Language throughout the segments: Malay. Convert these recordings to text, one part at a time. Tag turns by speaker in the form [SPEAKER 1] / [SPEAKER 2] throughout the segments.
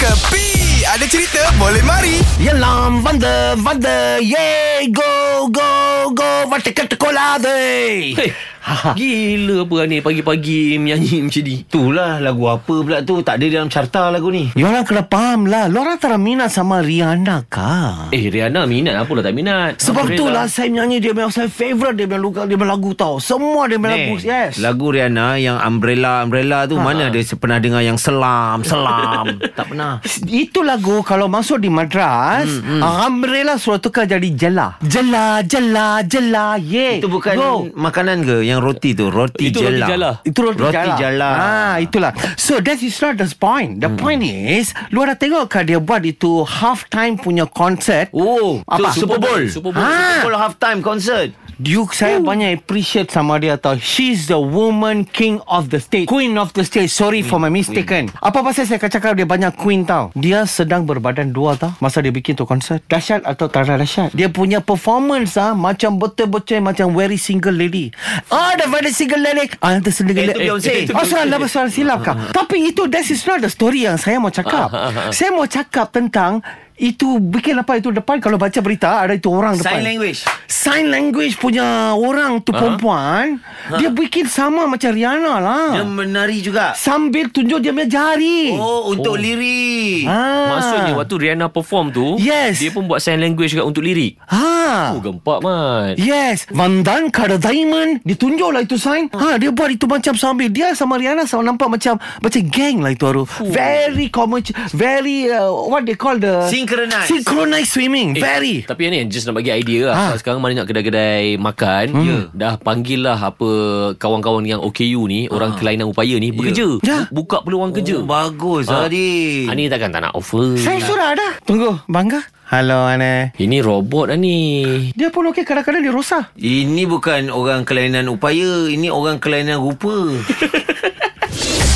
[SPEAKER 1] Kepi Ada cerita boleh mari
[SPEAKER 2] Yelam, vanda, vanda, yeah, go, go, go, vanda kat sekolah deh.
[SPEAKER 3] Hey, Eh,
[SPEAKER 2] ha.
[SPEAKER 3] gila apa ni pagi-pagi menyanyi macam ni.
[SPEAKER 4] Itulah lagu apa pula tu Tak ada dalam carta lagu ni
[SPEAKER 2] Yorang kena faham lah, lorang tak minat sama Rihanna kah?
[SPEAKER 3] Eh, Rihanna minat apa lah tak minat?
[SPEAKER 2] Sebab tu
[SPEAKER 3] Alhamdulillah.
[SPEAKER 2] lah saya menyanyi dia punya saya favourite dia punya lagu, dia punya lagu tau. Semua dia punya lagu, yes.
[SPEAKER 4] Lagu Rihanna yang umbrella umbrella tu ha. mana ada se- pernah dengar yang selam selam tak pernah.
[SPEAKER 2] Itu lagu kalau masuk di madras, hmm, umbrella sudah tukar jadi jela. Jela, jela, jela, yeah.
[SPEAKER 4] Itu bukan
[SPEAKER 2] Go.
[SPEAKER 4] makanan ke yang roti tu roti
[SPEAKER 3] Itu roti
[SPEAKER 4] jela.
[SPEAKER 3] jala.
[SPEAKER 2] Itu roti,
[SPEAKER 4] Roti
[SPEAKER 2] jala.
[SPEAKER 4] jala.
[SPEAKER 2] Ah, itulah. So that is not the point. The hmm. point is, lu ada tengok ke dia buat itu half time punya concert.
[SPEAKER 4] Oh,
[SPEAKER 2] Apa?
[SPEAKER 4] Tu Super Bowl. Super
[SPEAKER 3] Super
[SPEAKER 4] Bowl,
[SPEAKER 3] Bowl.
[SPEAKER 2] Ah.
[SPEAKER 4] Super Bowl half time concert.
[SPEAKER 2] You saya banyak appreciate sama dia tau. She's the woman king of the stage. Queen of the stage. Sorry for my mistaken. Apa pasal saya cakap dia banyak queen tau. Dia sedang berbadan dua tau. Masa dia bikin tu konsert. Dahsyat atau tak ada dahsyat. Dia punya performance ah macam betul-betul macam very single lady. Ah, the very single lady. Ah, the single
[SPEAKER 4] Eh,
[SPEAKER 2] lady.
[SPEAKER 4] tu Beyonce.
[SPEAKER 2] Oh, salah lah soal silap kah? Tapi itu that is not the story yang saya mau cakap. saya mau cakap tentang itu bikin apa itu depan kalau baca berita ada itu orang depan
[SPEAKER 4] Sign language.
[SPEAKER 2] sign language punya orang tu perempuan dia bikin sama macam Rihanna lah
[SPEAKER 4] Dia menari juga.
[SPEAKER 2] sambil tunjuk dia punya jari
[SPEAKER 4] Oh, untuk oh. lirik.
[SPEAKER 2] ah.
[SPEAKER 3] Maksudnya waktu Rihanna perform tu,
[SPEAKER 2] Yes.
[SPEAKER 3] dia pun buat sign language juga untuk lirik.
[SPEAKER 2] ha
[SPEAKER 3] Oh, gempak man.
[SPEAKER 2] Yes Vandan Kada Diamond Ditunjuk lah itu sign ha, Dia buat itu macam sambil Dia sama Rihanna sama Nampak macam Macam gang lah itu Aru Very common Very uh, What they call the
[SPEAKER 4] Synchronized.
[SPEAKER 2] Synchronized swimming Very
[SPEAKER 3] Tapi ni just nak bagi idea lah
[SPEAKER 2] Ha.
[SPEAKER 3] ha. Sekarang mana nak kedai-kedai makan hmm. yeah. Dah panggil lah apa Kawan-kawan yang OKU ni Orang kelainan upaya ni Bekerja
[SPEAKER 2] Ha. Ya.
[SPEAKER 3] Bu- Buka peluang
[SPEAKER 4] Oh,
[SPEAKER 3] kerja
[SPEAKER 4] bagus ah. Adi.
[SPEAKER 3] Ah, ni takkan tak nak offer
[SPEAKER 2] Saya sudah ada Tunggu Bangga Hello Ana
[SPEAKER 3] Ini robot lah ni
[SPEAKER 2] Dia pun okey kadang-kadang dia rosak
[SPEAKER 4] Ini bukan orang kelainan upaya, ini orang kelainan rupa.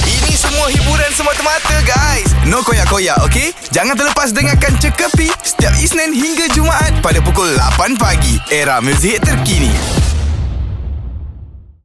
[SPEAKER 1] Ini semua hiburan semata-mata guys No koyak-koyak ok Jangan terlepas dengarkan Cekapi Setiap Isnin hingga Jumaat Pada pukul 8 pagi Era muzik terkini